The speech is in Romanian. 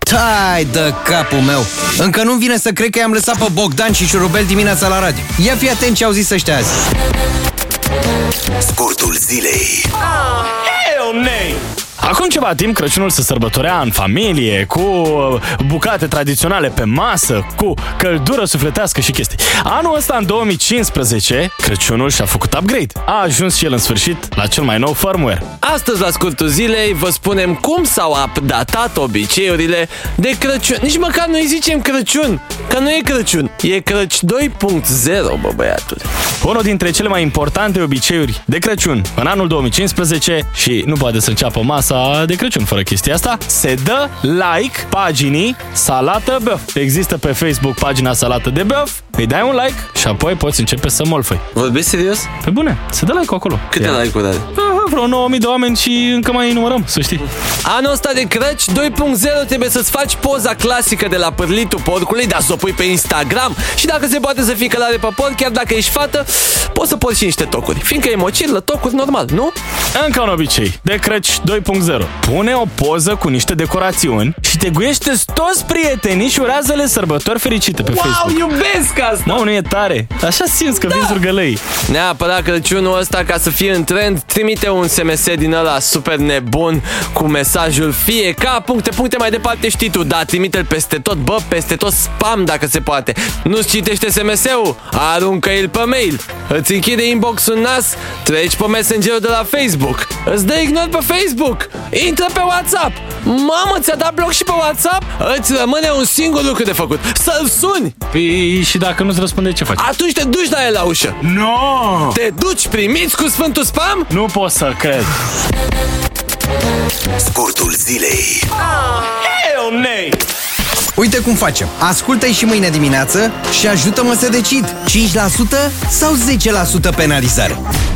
Tai de capul meu! Încă nu-mi vine să cred că i-am lăsat pe Bogdan și Șurubel dimineața la radio. Ia fi atent ce au zis ăștia azi. Scurtul zilei Acum ceva timp Crăciunul se sărbătorea în familie, cu uh, bucate tradiționale pe masă, cu căldură sufletească și chestii. Anul ăsta, în 2015, Crăciunul și-a făcut upgrade. A ajuns și el în sfârșit la cel mai nou firmware. Astăzi, la scurtul zilei, vă spunem cum s-au updatat obiceiurile de Crăciun. Nici măcar nu-i zicem Crăciun, că nu e Crăciun. E Crăci 2.0, bă, băiatul. Unul dintre cele mai importante obiceiuri de Crăciun în anul 2015 și nu poate să înceapă masa de Crăciun fără chestia asta, se dă like paginii Salată Băf. Există pe Facebook pagina Salată de Băf, îi dai un like și apoi poți începe să molfăi. Vorbești serios? Pe bune, se dă like acolo. Câte Ia. like-uri are? Aha, vreo 9000 de oameni și încă mai numărăm, să știi. Anul ăsta de Crăci 2.0 trebuie să-ți faci poza clasică de la pârlitul porcului, dar să o pui pe Instagram și dacă se poate să fii călare pe porc, chiar dacă ești fată, poți să porți și niște tocuri. Fiindcă e mocirlă, tocuri normal, nu? Încă un obicei, de Crăci 2.0. Pune o poză cu niște decorațiuni și te guiește toți prietenii și urează-le sărbători fericite pe Facebook. Wow, iubesc asta! Mă, nu e tare. Așa simți că da. vinzi urgălăi. Neapărat Crăciunul ăsta ca să fie în trend Trimite un SMS din ăla super nebun Cu mesajul fie ca puncte, puncte mai departe știi tu Dar trimite-l peste tot, bă, peste tot spam dacă se poate Nu-ți citește SMS-ul? Aruncă-l pe mail Îți închide inbox-ul în nas Treci pe messenger de la Facebook Îți dă ignor pe Facebook Intră pe WhatsApp Mamă, ți-a dat bloc și pe WhatsApp? Îți rămâne un singur lucru de făcut Să-l suni! Păi, și dacă nu-ți răspunde, ce faci? Atunci te duci la el la ușă No! Te duci primiți cu Sfântul Spam? Nu pot să cred. Scurtul zilei Uite cum facem. Ascultă-i și mâine dimineață și ajută-mă să decid. 5% sau 10% penalizare?